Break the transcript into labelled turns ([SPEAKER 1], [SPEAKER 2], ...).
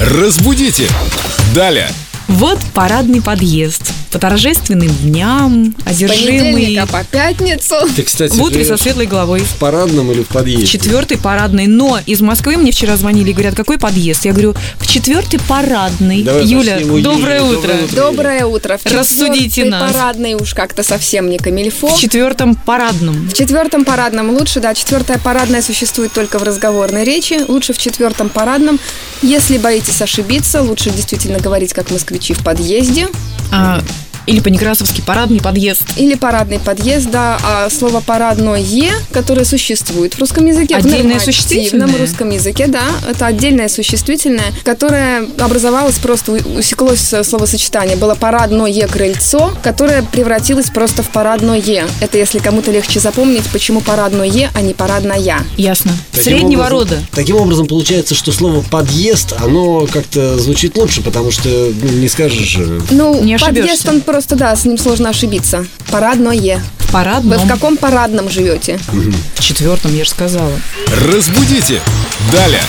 [SPEAKER 1] Разбудите! Далее!
[SPEAKER 2] Вот парадный подъезд. По торжественным дням,
[SPEAKER 3] С
[SPEAKER 2] одержимый
[SPEAKER 3] понедельника а по пятницу.
[SPEAKER 4] Ты, кстати,
[SPEAKER 2] в утре со
[SPEAKER 4] живешь
[SPEAKER 2] светлой головой.
[SPEAKER 4] в парадном или в подъезде?
[SPEAKER 2] Четвертый парадный. Но из Москвы мне вчера звонили и говорят, какой подъезд? Я говорю, в четвертый парадный.
[SPEAKER 4] Давай
[SPEAKER 2] Юля,
[SPEAKER 4] пошлем у Юли.
[SPEAKER 2] доброе
[SPEAKER 4] Доброе
[SPEAKER 2] утро.
[SPEAKER 4] утро.
[SPEAKER 3] Доброе утро. В
[SPEAKER 2] Рассудите
[SPEAKER 3] четвёртой
[SPEAKER 2] нас.
[SPEAKER 3] парадной уж как-то совсем не камильфо.
[SPEAKER 2] В четвертом парадном.
[SPEAKER 3] В четвертом парадном лучше, да, четвертая парадная существует только в разговорной речи, лучше в четвертом парадном. Если боитесь ошибиться, лучше действительно говорить, как москвичи в подъезде
[SPEAKER 2] А, или по-некрасовски парадный подъезд.
[SPEAKER 3] или парадный подъезд, да, а слово парадное, которое существует в русском языке, в
[SPEAKER 2] Отдельное
[SPEAKER 3] нормативном
[SPEAKER 2] существительное?
[SPEAKER 3] русском языке, да, это отдельное существительное, которое образовалось просто, у- усеклось э, словосочетание, было парадное крыльцо, которое превратилось просто в парадное. Это если кому-то легче запомнить, почему парадное, а не парадная.
[SPEAKER 2] Ясно.
[SPEAKER 4] Таким
[SPEAKER 2] Среднего
[SPEAKER 4] образом-
[SPEAKER 2] рода.
[SPEAKER 4] Таким образом, получается, что слово «подъезд», оно как-то звучит лучше, потому что ну, не скажешь же.
[SPEAKER 3] Ну,
[SPEAKER 2] Не
[SPEAKER 3] подъезд,
[SPEAKER 2] ошибешься.
[SPEAKER 3] он просто, да, с ним сложно ошибиться. Парадное.
[SPEAKER 2] В
[SPEAKER 3] Вы
[SPEAKER 2] парадном.
[SPEAKER 3] в каком парадном живете?
[SPEAKER 2] В четвертом, я же сказала.
[SPEAKER 1] Разбудите! Далее!